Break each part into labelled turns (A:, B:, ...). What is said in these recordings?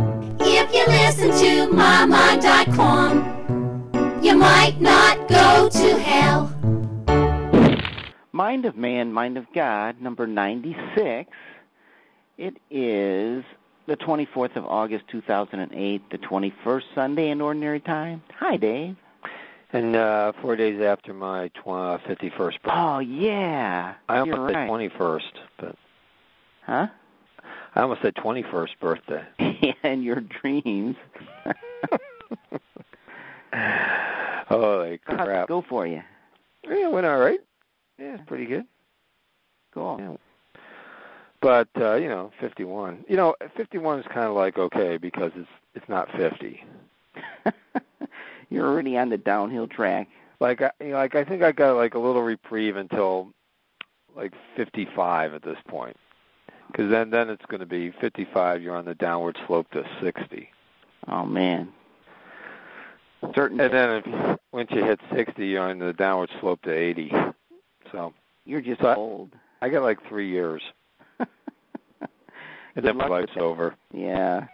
A: what you listen to, mama.com. You might not go to hell.
B: Mind of Man, Mind of God, number 96. It is the 24th of August, 2008, the 21st Sunday in Ordinary Time. Hi, Dave.
C: And uh, four days after my tw- uh, 51st birthday.
B: Oh, yeah.
C: I almost
B: You're
C: said
B: right.
C: 21st, but
B: Huh?
C: I almost said 21st birthday.
B: and your dreams.
C: Holy
B: How'd
C: crap.
B: it go for you?
C: Yeah, it went all right. Yeah, it's pretty good.
B: Cool.
C: Yeah. But uh, you know, 51. You know, 51 is kind of like okay because it's it's not 50.
B: You're already on the downhill track.
C: Like I you know, like I think I got like a little reprieve until like 55 at this point. Cuz then then it's going to be 55 you're on the downward slope to 60.
B: Oh, man. Certain.
C: And then if, once you hit 60 you're on the downward slope to 80. So,
B: You're just
C: So I-
B: old.
C: I got like 3 years and
B: Good
C: then my
B: luck with
C: life's over.
B: yeah.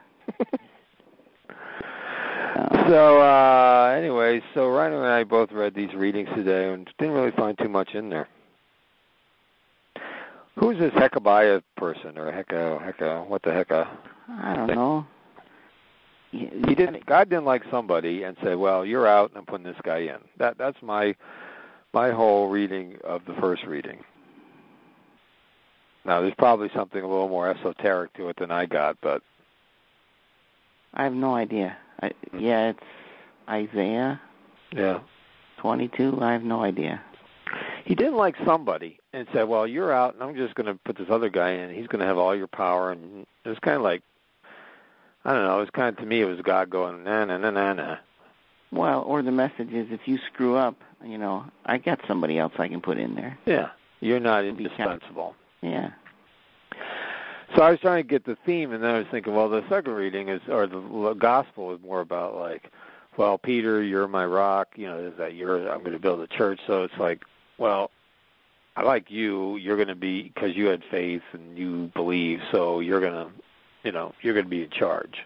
B: Uh,
C: So uh anyway, so Rhino and I both read these readings today and didn't really find too much in there. Who's this Hecabiah person or Heka Heka what the hecka?
B: I don't know. You,
C: He didn't God didn't like somebody and said, Well, you're out and I'm putting this guy in. That that's my my whole reading of the first reading. Now there's probably something a little more esoteric to it than I got, but
B: I have no idea. I,
C: Hmm.
B: yeah, it's Isaiah
C: yeah.
B: 22. I have no idea.
C: he didn't like somebody and said, "Well, you're out, and I'm just going to put this other guy in. He's going to have all your power." And it was kind of like, I don't know. It was kind of to me, it was God going, "Na na na na na."
B: Well, or the message is if you screw up, you know, I got somebody else I can put in there.
C: Yeah, you're not
B: Be kind.
C: indispensable.
B: Yeah.
C: So I was trying to get the theme, and then I was thinking, well, the second reading is, or the l- gospel is more about like, well, Peter, you're my rock. You know, is that you're? I'm going to build a church. So it's like, well, I like you. You're going to be because you had faith and you believe. So you're going to, you know, you're going to be in charge.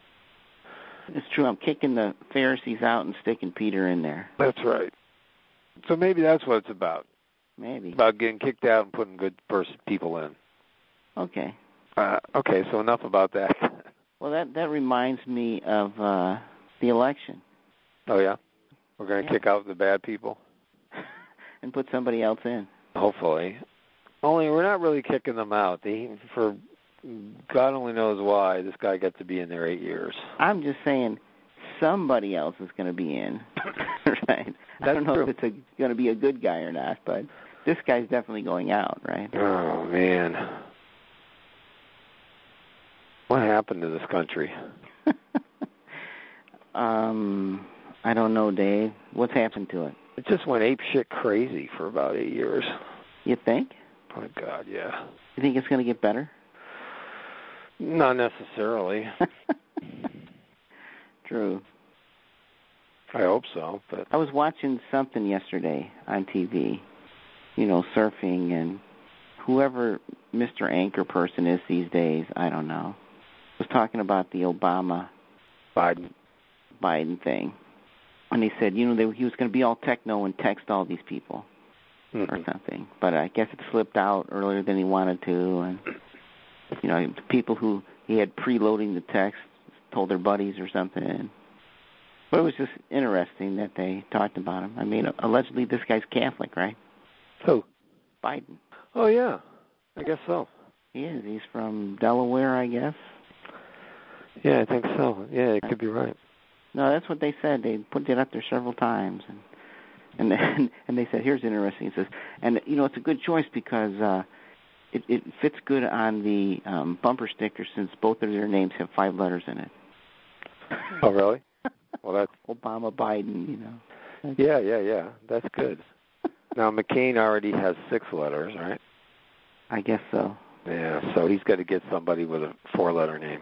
B: It's true. I'm kicking the Pharisees out and sticking Peter in there.
C: That's right. So maybe that's what it's about.
B: Maybe.
C: It's about getting kicked out and putting good person people in.
B: Okay.
C: Uh, okay, so enough about that.
B: Well, that that reminds me of uh the election
C: oh yeah, we're going to
B: Yeah.
C: kick out the bad people.
B: and put somebody else in.
C: Hopefully. Only we're not really kicking them out. They, for God only knows why this guy got to be in there eight years.
B: I'm just saying somebody else is going to be in. right. I
C: That's
B: don't know
C: true.
B: if it's a, going to be a good guy or not, but this guy's definitely going out, right?
C: Oh man, what happened to this country?
B: um, I don't know, Dave. What's happened to it?
C: It just went ape shit crazy for about eight years.
B: You think?
C: Oh my God, yeah.
B: You think it's going to get better?
C: Not necessarily.
B: True.
C: I hope so, but
B: I was watching something yesterday on TV, you know, surfing and whoever Mr. Anchor person is these days, I don't know, was talking about the Obama
C: Biden.
B: Biden thing. And he said, you know, they, he was going to be all techno and text all these people or
C: Mhm.
B: something. But I guess it slipped out earlier than he wanted to. And, you know, the people who he had preloading the text told their buddies or something. But it was just interesting that they talked about him. I mean, allegedly this guy's Catholic, right?
C: Who?
B: Biden.
C: Oh yeah, I guess so.
B: He is. He's from Delaware, I guess.
C: Yeah, I think so. Yeah, it could be right.
B: No, that's what they said. They put it up there several times, and and then, and they said, "Here's interesting." It says, and you know, it's a good choice because uh, it it fits good on the um, bumper sticker since both of their names have five letters in it.
C: Oh really? Well, that's
B: Obama, Biden, you know.
C: Yeah, yeah, yeah. That's good. Now McCain already has six letters, right?
B: I guess so.
C: Yeah, so he's got to get somebody with a four-letter name.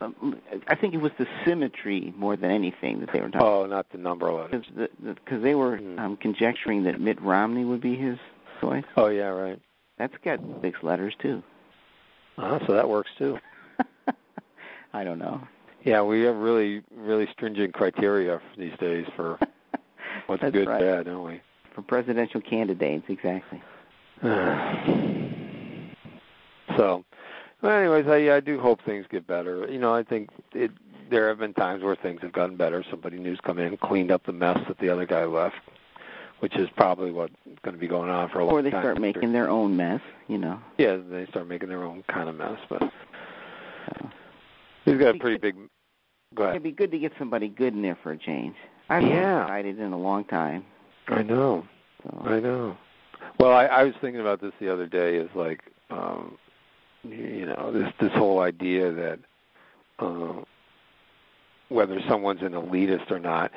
B: Um, I think it was the symmetry more than anything that they were talking.
C: Oh, not the number letters.
B: Because the, the, 'cause they were
C: Hmm.
B: um, conjecturing that Mitt Romney would be his choice.
C: Oh, yeah, right.
B: That's got six letters too.
C: Uh-huh, so that works too.
B: I don't know.
C: Yeah, we have really really stringent criteria these days for what's
B: That's
C: good
B: right.
C: bad, don't we?
B: for presidential candidates, exactly.
C: so, well, anyways, I I do hope things get better. You know, I think it there have been times where things have gotten better. Somebody new's come in, cleaned up the mess that the other guy left, which is probably what's going to be going on for a long
B: Or they
C: time.
B: start making their own mess, you know.
C: yeah, they start making their own kind of mess. But
B: So.
C: he's got a pretty big. Go ahead.
B: It'd be good to get somebody good in there for a change. I've
C: Yeah.
B: excited in a long time.
C: I know.
B: So.
C: I know. Well, I, I was thinking about this the other day. Is like, um, y- you know, this this whole idea that uh, whether someone's an elitist or not.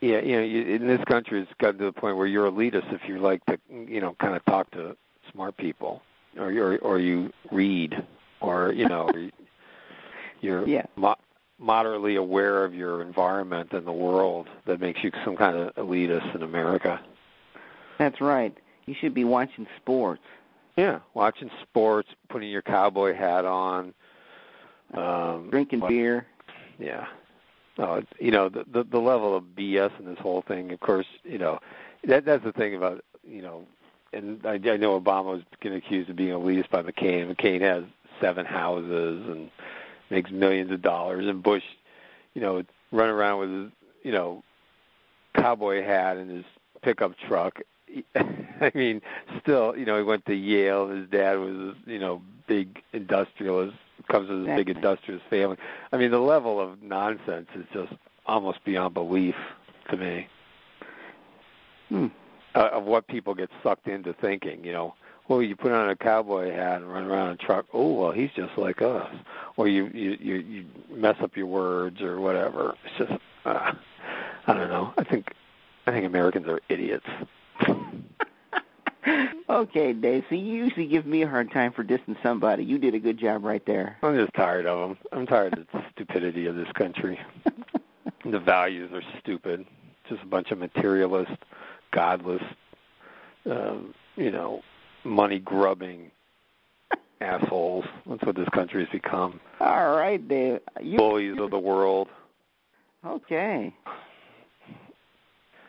C: Yeah, you know, you, in this country, it's gotten to the point where you're elitist if you like to, you know, kind of talk to smart people, or you or you read, or you know, or you- you're
B: Yeah.
C: mo- moderately aware of your environment and the world that makes you some kind of elitist in America.
B: That's right. You should be watching sports.
C: Yeah, watching sports, putting your cowboy hat on, um,
B: Drinking
C: what-
B: beer.
C: Yeah, oh, it's- you know the, the the level of BS in this whole thing. Of course, you know that that's the thing about you know, and I, I know Obama was getting accused of being elitist by McCain. McCain has seven houses and makes millions of dollars, and Bush, you know, running around with his you know cowboy hat and his pickup truck. I mean, still, you know, he went to Yale. His dad was, you know, big industrialist. Comes from this big
B: Exactly.
C: industrialist family. I mean, the level of nonsense is just almost beyond belief to me
B: Hmm.
C: uh, of what people get sucked into thinking. You know, well, you put on a cowboy hat and run around in a truck. Oh, well, he's just like us. Or you you you, you mess up your words or whatever. It's just uh, I don't know. I think I think Americans are idiots.
B: okay, Dave. So you usually give me a hard time for dissing somebody. You did a good job right there.
C: I'm just tired of them. I'm tired of the stupidity of this country. The values are stupid. Just a bunch of materialist, godless, um, you know, money grubbing assholes. That's what this country has become.
B: All right, Dave. You,
C: Bullies of the world.
B: Okay.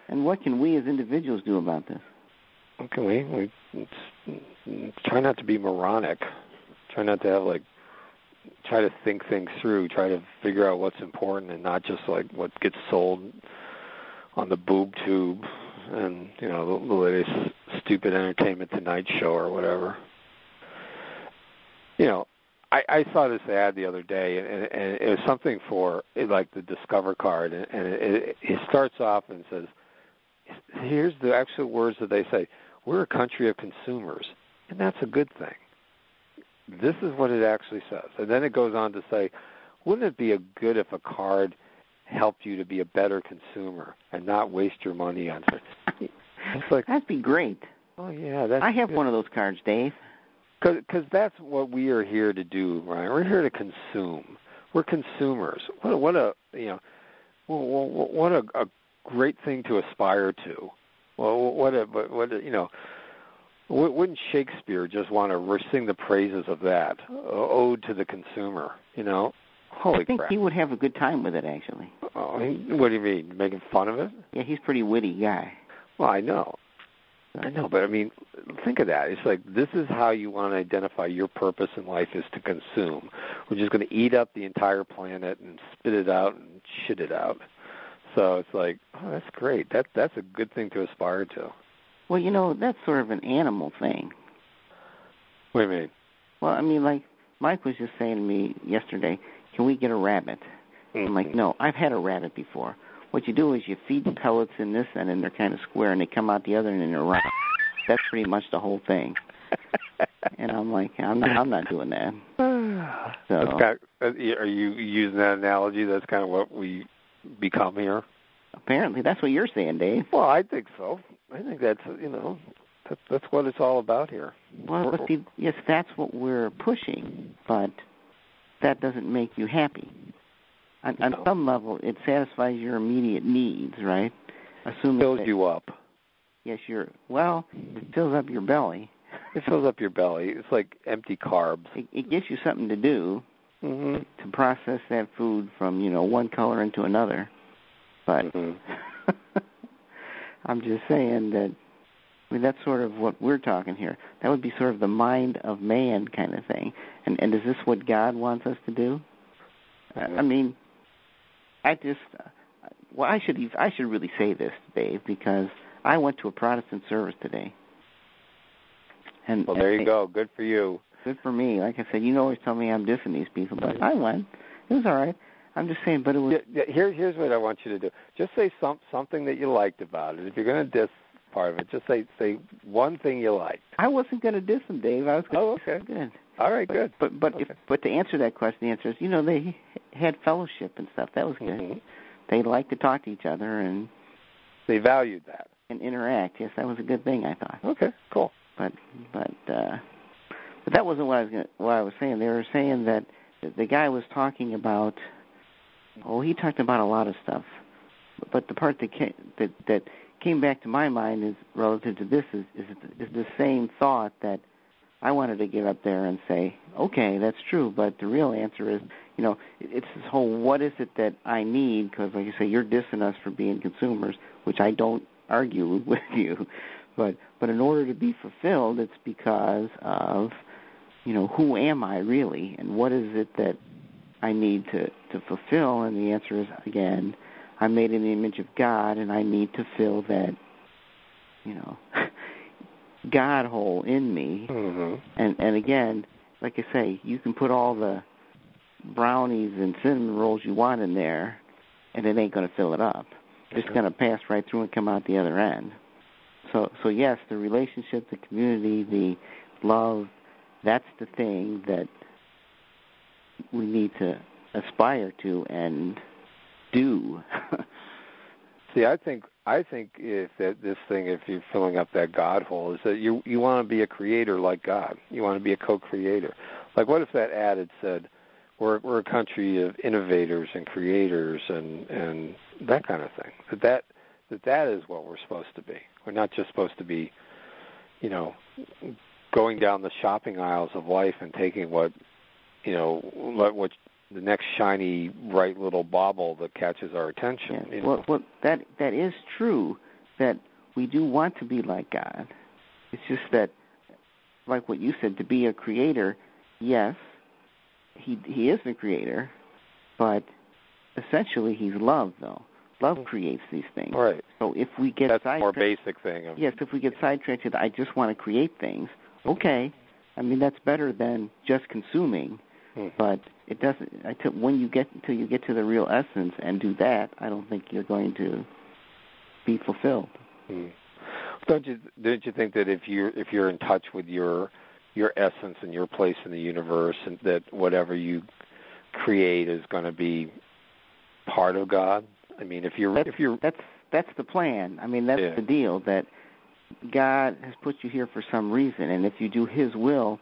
B: And what can we as individuals do about this?
C: What can we? we it's, try not to be moronic. Try not to have like. Try to think things through. Try to figure out what's important and not just like what gets sold on the boob tube and you know the, the latest stupid Entertainment Tonight show or whatever. You know, I, I saw this ad the other day, and, and it was something for like the Discover card, and, and it, it starts off and says, "Here's the actual words that they say: We're a country of consumers, and that's a good thing." This is what it actually says, and then it goes on to say, "Wouldn't it be a good if a card helped you to be a better consumer and not waste your money on?" It's like,
B: That'd be great.
C: oh yeah, that's
B: I have
C: good.
B: one of those cards, Dave.
C: Because that's what we are here to do, Ryan. We're here to consume. We're consumers. What a, what a you know, wh- wh- what a, a great thing to aspire to. Well, what a but what a, you know. wou- Wouldn't Shakespeare just want to re- sing the praises of that uh, ode to the consumer? You know, holy
B: I think
C: crap!
B: he would have a good time with it, actually.
C: Oh, he- what do you mean, making fun of it?
B: Yeah, he's a pretty witty guy.
C: Well, I know. I know, but I mean, think of that. It's like this is how you want to identify your purpose in life is to consume. We're just going to eat up the entire planet and spit it out and shit it out. So it's like, oh, that's great. That that's a good thing to aspire to.
B: Well, you know, that's sort of an animal thing.
C: What do you mean?
B: Well, I mean, like Mike was just saying to me yesterday, can we get a rabbit? I'm like,
C: Mhm.
B: no, I've had a rabbit before. What you do is you feed the pellets in this end, and they're kind of square, and they come out the other end, and they're round. That's pretty much the whole thing. And I'm like, I'm not, I'm not doing that.
C: That's kind of, Uh, are you using that analogy? That's kind of what we become here.
B: Apparently, that's what you're saying, Dave.
C: Well, I think so. I think that's you know, that's that's what it's all about here.
B: Well, but see, yes, that's what we're pushing, but that doesn't make you happy. On, on
C: No.
B: some level, it satisfies your immediate needs, right? Assuming
C: fills
B: that,
C: you up.
B: yes, you're well, it fills up your belly.
C: It fills up your belly. It's like empty carbs.
B: It, it gives you something to do,
C: Mhm.
B: to process that food from you know one color into another. But
C: Mhm.
B: I'm just saying that. I mean, that's sort of what we're talking here. That would be sort of the mind of man kind of thing. And and is this what God wants us to do? I I mean, I just well, I should ev- I should really say this, Dave, because I went to a Protestant service today. And
C: Well, there
B: and-
C: you go. Good for you.
B: good for me. Like I said, you always tell me I'm dissing these people, but I went. It was all right. I'm just saying, but it was
C: Yeah, yeah, Here, here's what I want you to do. Just say some something that you liked about it. If you're going to diss part of it, just say say one thing you liked.
B: I wasn't going to diss them, Dave. I was going
C: Oh, okay.
B: good.
C: All right, good.
B: But but if,
C: Okay.
B: but to answer that question, the answer is you know they had fellowship and stuff. That was good.
C: Mhm.
B: They liked to talk to each other and
C: They valued that.
B: and interact. Yes, that was a good thing I thought.
C: Okay, cool.
B: But but uh but that wasn't what I was gonna, what I was saying. They were saying that the guy was talking about oh he talked about a lot of stuff, but the part that came, that that came back to my mind is relative to this is is, is the same thought that I wanted to get up there and say okay that's true, but the real answer is you know it- it's this whole what is it that I need because like you say you're dissing us for being consumers, which I don't argue with you but but in order to be fulfilled it's because of you know who am i really and what is it that i need to to fulfill and the answer is again i'm made in the image of god and i need to fill that you know god hole in me
C: Mhm.
B: and and again, like I say, you can put all the brownies and cinnamon rolls you want in there, and it ain't going to fill it up. It's
C: Sure.
B: going to pass right through and come out the other end. So so yes, the relationship, the community, the love, that's the thing that we need to aspire to and do.
C: See, I think I think if that this thing, if you're filling up that God hole, is that you you want to be a creator like God. You want to be a co-creator. Like, what if that ad had said, "We're we're a country of innovators and creators and and that kind of thing." That that that that is what we're supposed to be. We're not just supposed to be, you know, going down the shopping aisles of life and taking what, you know, what what the next shiny bright little bauble that catches our attention.
B: Yeah,
C: you know?
B: Well, well, that that is true. That we do want to be like God. It's just that, like what you said, to be a creator. Yes, he he is the creator, but essentially he's love though. Love creates these things.
C: Right.
B: So if we get
C: That's the
B: sidetracked,
C: more basic thing. Of,
B: yes, if we get sidetracked, to the, I just want to create things. Okay, I mean that's better than just consuming
C: Mhm.
B: but it doesn't until when you get until you get to the real essence and do that i don't think you're going to be fulfilled
C: Mhm. Don't you don't you think that if you're if you're in touch with your your essence and your place in the universe, and that whatever you create is going to be part of God? I mean, if you're if you're
B: that's that's the plan i mean that's
C: Yeah.
B: the deal that god has put you here for some reason and if you do his will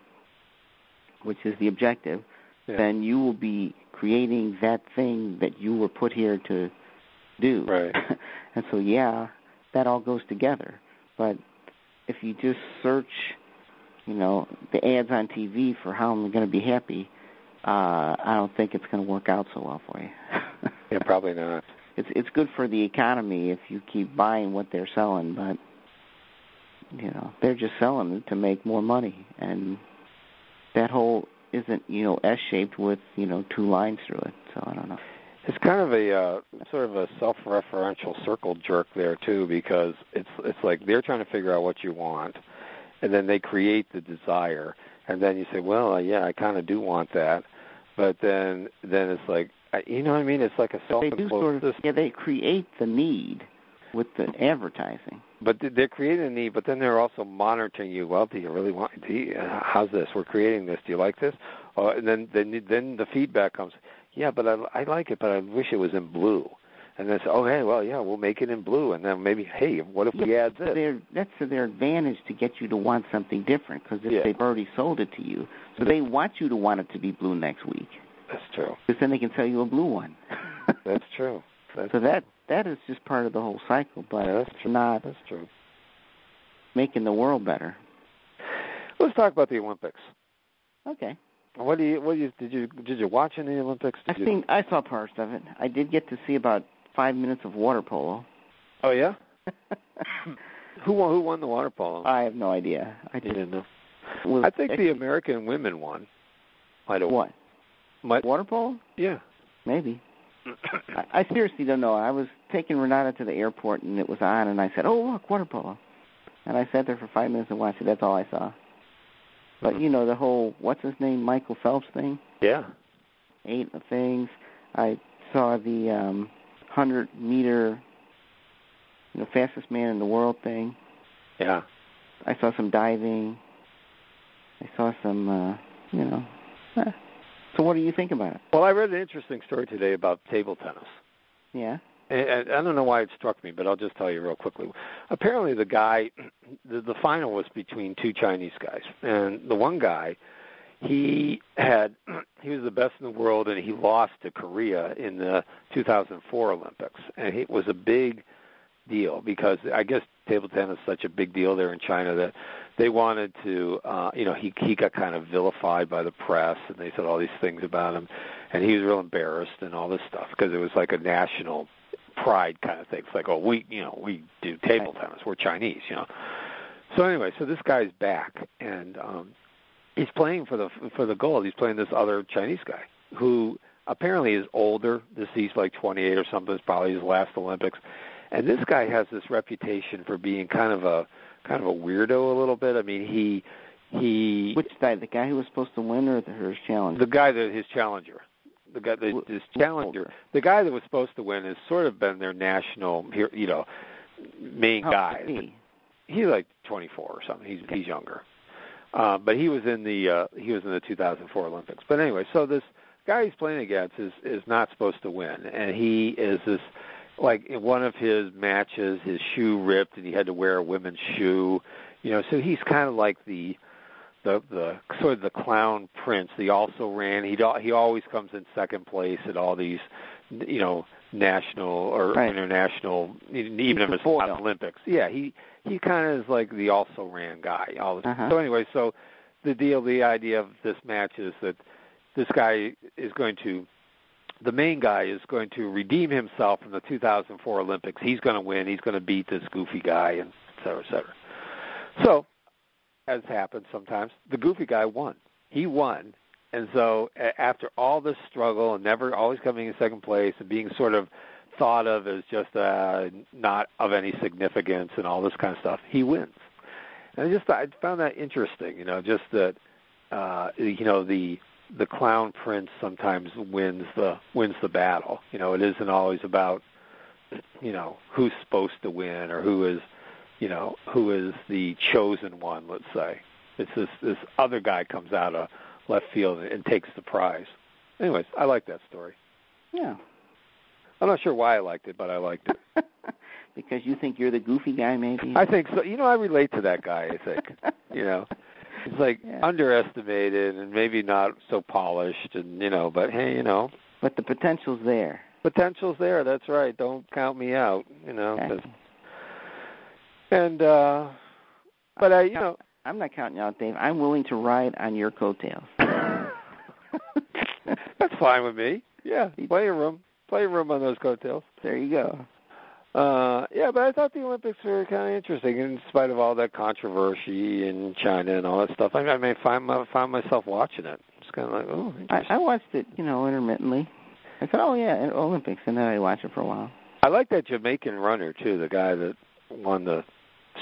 B: which is the objective
C: yeah,
B: then you will be creating that thing that you were put here to do.
C: Right.
B: and so, yeah, that all goes together. But if you just search, you know, the ads on TV for how I'm going to be happy, uh, I don't think it's going to work out so well for you.
C: yeah, probably not.
B: It's it's good for the economy if you keep buying what they're selling, but you know they're just selling it to make more money, and that hole isn't you know S shaped with you know two lines through it. So I don't know.
C: It's kind of a uh, sort of a self-referential circle jerk there too, because it's it's like they're trying to figure out what you want, and then they create the desire, and then you say, well, uh, yeah, I kind of do want that, but then then it's like, I- you know what I mean? It's like a
B: They do
C: self-imposed
B: sort of
C: system.
B: yeah they create the need with the advertising.
C: But th- they're creating a need, but then they're also monitoring you. Well, do you really want? Do you, uh, how's this? We're creating this. Do you like this? Uh, and then then then the feedback comes. Yeah, but I I like it, but I wish it was in blue. And then say, oh hey, well yeah, we'll make it in blue. And then maybe hey, what if we add
B: So
C: this?
B: they're, that's to their advantage to get you to want something different because if
C: Yeah.
B: they've already sold it to you, so they want you to want it to be blue next week
C: That's true.
B: because then they can sell you a blue one.
C: That's true. That's
B: So that that is just part of the whole cycle, but
C: yeah, that's
B: it's
C: true.
B: not
C: That's true.
B: making the world better.
C: Let's talk about the Olympics.
B: Okay.
C: What do you? What do you? Did you? Did you watch any Olympics? Did
B: I've
C: you,
B: seen. I saw parts of it. I did get to see about five minutes of water polo.
C: Oh yeah. Who won? Who won the water polo?
B: I have no idea. I
C: You
B: just
C: didn't know.
B: was
C: I think the American women won. Might have.
B: what
C: Might,
B: water polo?
C: yeah.
B: Maybe. I, I seriously don't know. I was taking Renata to the airport and it was on, and I said, "Oh look, water polo," and I sat there for five minutes and watched it. That's all I saw.
C: Hmm.
B: But you know the whole what's his name Michael Phelps thing,
C: Yeah.
B: eight things. I saw the um hundred meter, you know, fastest man in the world thing.
C: Yeah.
B: I saw some diving. I saw some, uh, you know. eh. So what do you think about it?
C: Well, I read an interesting story today about table tennis.
B: Yeah.
C: And, and I don't know why it struck me, but I'll just tell you real quickly. Apparently, the guy, the, the final was between two Chinese guys, and the one guy, he had, he was the best in the world, and he lost to Korea in the 2004 Olympics, and it was a big deal because I guess table tennis is such a big deal there in China that they wanted to, uh, you know, he he got kind of vilified by the press, and they said all these things about him, and he was real embarrassed and all this stuff because it was like a national pride kind of thing. It's like, oh, we, you know, we do table tennis. We're Chinese, you know. So anyway, so this guy's back, and um, he's playing for the for the gold. He's playing this other Chinese guy who apparently is older. This he's like 28 or something. It's probably his last Olympics. And this guy has this reputation for being kind of a kind of a weirdo a little bit. I mean, he he
B: Which guy? The guy who was supposed to win or the hers challenge?
C: the guy that his challenger, the guy that his challenger, the guy that was supposed to win has sort of been their national, hero- you know, main
B: How
C: guy.
B: could he?
C: He's like 24 or something. He's he's younger, uh, but he was in the uh, he was in the 2004 Olympics. But anyway, so this guy he's playing against is is not supposed to win, and he is this like in one of his matches, his shoe ripped, and he had to wear a women's shoe. You know, so he's kind of like the the the sort of the clown prince. He also ran. He he always comes in second place at all these, you know, national or
B: Right.
C: international, even
B: He's
C: if
B: the
C: it's not
B: foil.
C: Olympics. Yeah, he he kind of is like the also ran guy. All the
B: Uh-huh.
C: So anyway, so the deal, the idea of this match is that this guy is going to. The main guy is going to redeem himself from the 2004 Olympics. He's going to win. He's going to beat this goofy guy, and et cetera, et cetera. So as happens sometimes, the goofy guy won. He won. And so a- after all this struggle and never always coming in second place and being sort of thought of as just uh, not of any significance and all this kind of stuff, he wins. And I just I found that interesting, you know, just that uh, you know the the clown prince sometimes wins the wins the battle. You know, it isn't always about you know who's supposed to win or who is you know who is the chosen one let's say it's this this other guy comes out of left field and, and takes the prize anyways i like that story
B: Yeah.
C: i'm not sure why i liked it but i liked it
B: because you think you're the goofy guy, maybe.
C: i think so you know i relate to that guy i think you know it's like
B: Yeah.
C: underestimated and maybe not so polished and you know but hey you know
B: But the potential's there.
C: potential's there that's right don't count me out you know 'cause-
B: Okay.
C: and uh but i you know
B: I'm not counting you out, Dave. I'm willing to ride on your coattails.
C: That's fine with me. Yeah, playing room, playing room on those coattails.
B: there you go.
C: Uh, yeah, but I thought the Olympics were kind of interesting, in spite of all that controversy in China and all that stuff. I mean, I may find my, find myself watching it. It's kind of like, oh,
B: I,
C: interesting.
B: I watched it, you know, intermittently. I said, "Oh yeah, and Olympics," and then I watched it for a while.
C: I like that Jamaican runner too, the guy that won the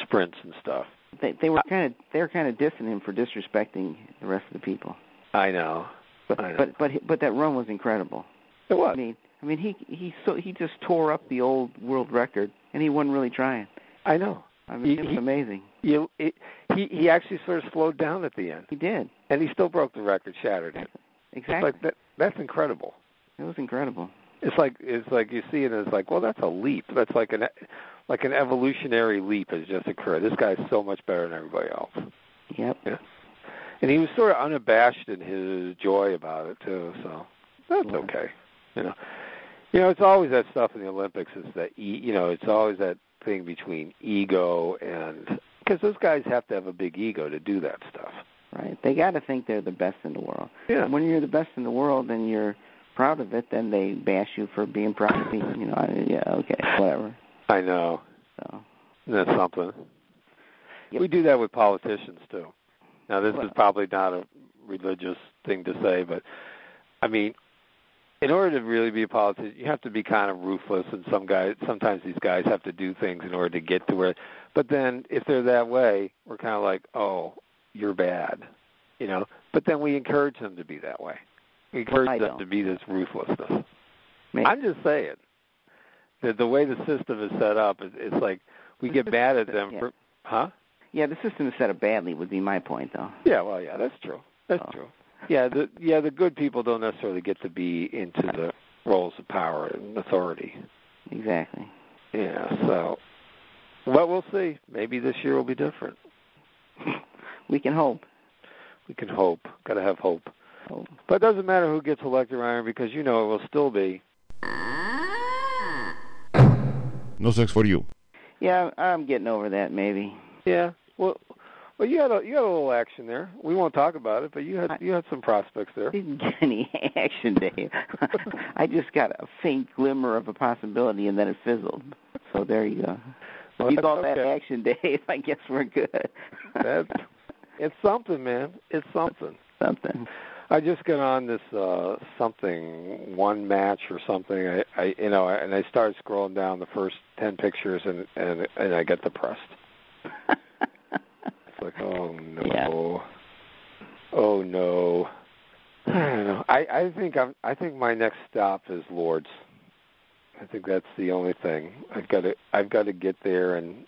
C: sprints and stuff.
B: They they
C: Uh,
B: were kind of they were kind of dissing him for disrespecting the rest of the people.
C: I know.
B: But
C: I know.
B: but but but that run was incredible.
C: It
B: I
C: was.
B: mean, I mean he he so he just tore up the old world record, and he wasn't really trying.
C: I know.
B: I mean,
C: He-
B: it was
C: he-
B: amazing.
C: You, it, he he actually sort of slowed down at the end,
B: He did
C: and he still broke the record, shattered it. It's
B: exactly.
C: like that. That's incredible.
B: it was incredible.
C: it's like it's like you see it and it's like well that's a leap that's like an like an evolutionary leap has just occurred this guy's so much better than everybody else
B: Yep.
C: and he was sort of unabashed in his joy about it too so that's
B: Yeah.
C: okay you know you know it's always that stuff in the olympics is that e- you know it's always that thing between ego and because those guys have to have a big ego to do that stuff
B: right? They got to think they're the best in the world.
C: Yeah.
B: When you're the best in the world and you're proud of it, then they bash you for being proud of being. You know, I, yeah, okay, whatever.
C: I know.
B: So
C: That's something.
B: Yep.
C: We do that with politicians too. Now, this
B: Well-
C: is probably not a religious thing to say, but I mean, in order to really be a politician, you have to be kind of ruthless. And some guys, sometimes these guys have to do things in order to get to where. But then, if they're that way, we're kind of like, oh, you're bad, you know. But then we encourage them to be that way. We encourage
B: I
C: them
B: don't.
C: to be this ruthlessness.
B: may-
C: I'm just saying that the way the system is set up, it- it's like we get mad at them
B: Yeah.
C: for, huh?
B: yeah, the system is set up badly. Would be my point, though.
C: Yeah, well, yeah, that's true. That's
B: Oh.
C: true. Yeah, the yeah the good people don't necessarily get to be into the roles of power and authority.
B: Exactly.
C: Yeah, so well, we'll see. Maybe this year will be different.
B: We can hope.
C: We can hope. Got to have hope.
B: Hope.
C: But it doesn't matter who gets elected, Ryan, because you know it will still be.
D: No sex for you.
B: Yeah, I'm getting over that. Maybe.
C: Yeah. Well, well, you had a you had a little action there. We won't talk about it, but you had you had some prospects there.
B: didn't get any action, Dave. I just got a faint glimmer of a possibility, and then it fizzled. So there you go.
C: Well,
B: you
C: that's
B: thought that
C: okay.
B: action, Dave. I guess we're good.
C: That's it's something, man. It's something.
B: something.
C: I just got on this uh something one match or something. I, I you know, and I started scrolling down the first ten pictures and and and I got depressed. It's like, oh no, oh no. I don't know. I I think I'm. I think my next stop is Lords. I think that's the only thing I've got to. I've got to get there and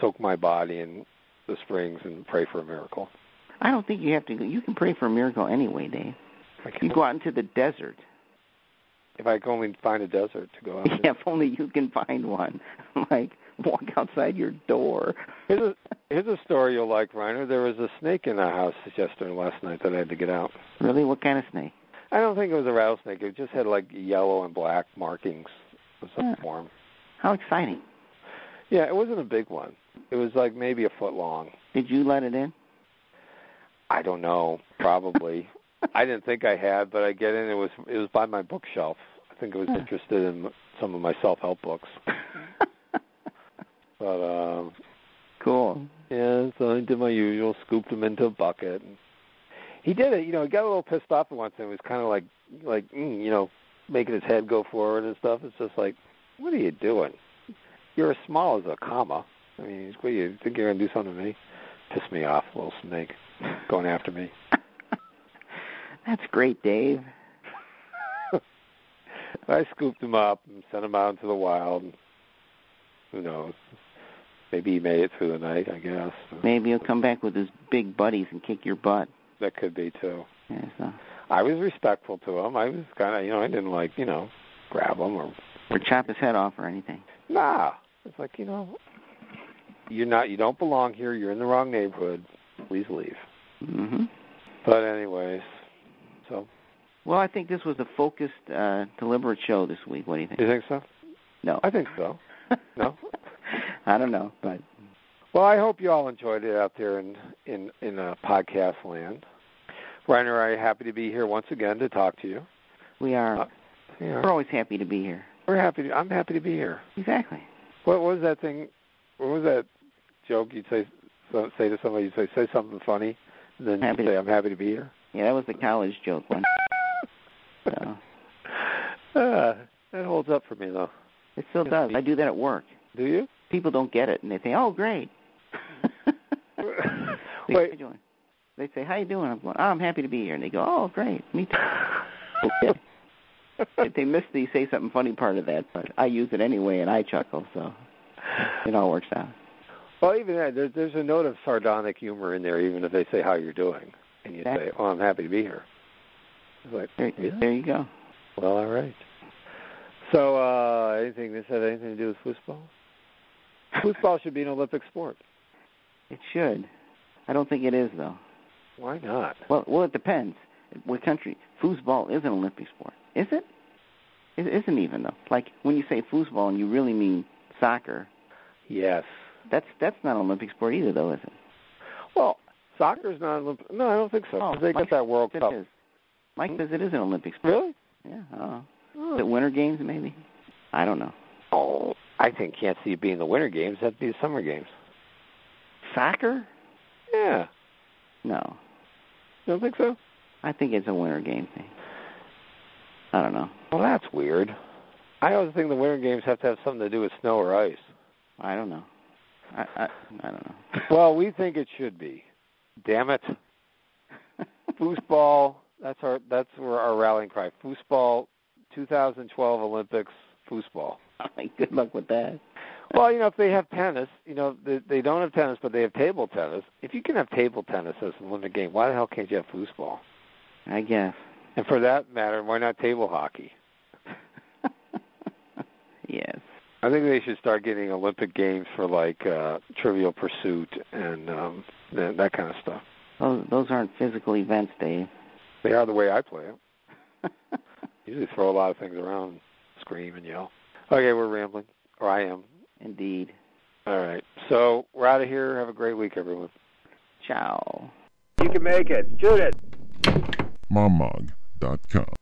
C: soak my body in the springs and pray for a miracle.
B: I don't think you have to. go You can pray for a miracle anyway, Dave.
C: I can,
B: You go out into the desert.
C: if I can only find a desert to go out. in.
B: Oh, Yeah, if only you can find one. like walk outside your door.
C: Here's a here's a story you'll like, Reiner. There was a snake in our house yesterday last night that I had to get out.
B: Really, what kind of snake?
C: I don't think it was a rattlesnake. It just had like yellow and black markings of some
B: Huh.
C: form.
B: How exciting!
C: Yeah, it wasn't a big one. It was like maybe a foot long.
B: Did you let it in?
C: I don't know, probably. I didn't think I had, but I get in. It was it was by my bookshelf. I think I was
B: Huh.
C: interested in some of my self help books. But um,
B: cool.
C: Yeah, so I did my usual, scooped him into a bucket. He did it, you know. He got a little pissed off at once, and was kind of like, like, mm, you know, making his head go forward and stuff. It's just like, what are you doing? You're as small as a comma. I mean, what do you think you're gonna do something to me? Piss me off, little snake, going after me.
B: That's great, Dave.
C: I scooped him up and sent him out into the wild. Who knows? Maybe he made it through the night. I guess
B: Maybe he'll come back with his big buddies and kick your butt.
C: that could be too.
B: Yeah, so
C: I was respectful to him. I was kind of, you know, I didn't like, you know, grab him or
B: or chop his head off or anything.
C: nah. It's like, you know, you're not, you don't belong here. You're in the wrong neighborhood. Please leave.
B: hmm
C: But anyways, so
B: Well, I think this was a focused, uh, deliberate show this week. What do you think?
C: you think so?
B: No,
C: I think so. No.
B: I don't know, but
C: Well, I hope you all enjoyed it out there in in in uh, podcast land. Reiner, I happy to be here once again to talk to you.
B: we are.
C: Uh, Yeah,
B: We're always happy to be here.
C: we're happy. To, I'm happy to be here.
B: Exactly.
C: What was that thing? What was that joke you'd say so, say to somebody? You'd say say something funny, and then
B: Happy
C: you'd
B: to-
C: say, "I'm happy to be here."
B: Yeah, that was the college joke one. So
C: uh, that holds up for me though.
B: it still does. I do that at work.
C: Do you?
B: People don't get it, and they say, "Oh, great." They say, "How you
C: Wait.
B: doing?" They say, "How you doing?" I'm going, "Oh, I'm happy to be here," and they go, "Oh, great, me too." Okay. If they miss the say something funny part of that, but I use it anyway and I chuckle, so it all works out.
C: well, even that, there's there's a note of sardonic humor in there, even if they say how you're doing, and you say, "Oh, I'm happy to be here." It's like,
B: There,
C: yeah,
B: there you go.
C: well, all right. So, uh, anything this had anything to do with football? Football should be an Olympic sport.
B: It should. I don't think it is though.
C: Why not?
B: Well, well, it depends. What country? Foosball is an Olympic sport, is it? It isn't even though. Like when you say foosball and you really mean soccer,
C: Yes.
B: that's that's not an Olympic sport either, though, is it?
C: Well, Soccer's not Olympic. No, I don't think so. 'cause
B: Oh,
C: they
B: Mike
C: got that World
B: It
C: Cup.
B: is. Mike says it is an Olympic sport.
C: Really?
B: Yeah. I don't know.
C: Oh.
B: Is it Winter Games maybe? I don't know.
C: Oh, I think can't see it being the winter games. That'd be the summer games.
B: Soccer?
C: Yeah.
B: No.
C: You don't think so?
B: I think it's a Winter Game thing. I don't know.
C: Well, that's weird. I always think the winter games have to have something to do with snow or ice.
B: I don't know. I I, I don't know.
C: Well, we think it should be. Damn it. Foosball, that's our that's where our rallying cry. Foosball 2012 Olympics foosball.
B: All right, good luck with that.
C: Well, you know, if they have tennis, you know, they, they don't have tennis, but they have table tennis. If you can have table tennis as an Olympic game, why the hell can't you have foosball?
B: I guess.
C: And for that matter, why not table hockey?
B: yes.
C: I think they should start getting Olympic games for like uh Trivial Pursuit and um that, that kind of stuff.
B: Those those aren't physical events, Dave.
C: They are the way I play it. Usually throw a lot of things around, scream and yell. Okay, we're rambling, or I am.
B: Indeed.
C: All right, so we're out of here. Have a great week, everyone.
B: Ciao.
E: You can make it. Judith.
D: mommog.com.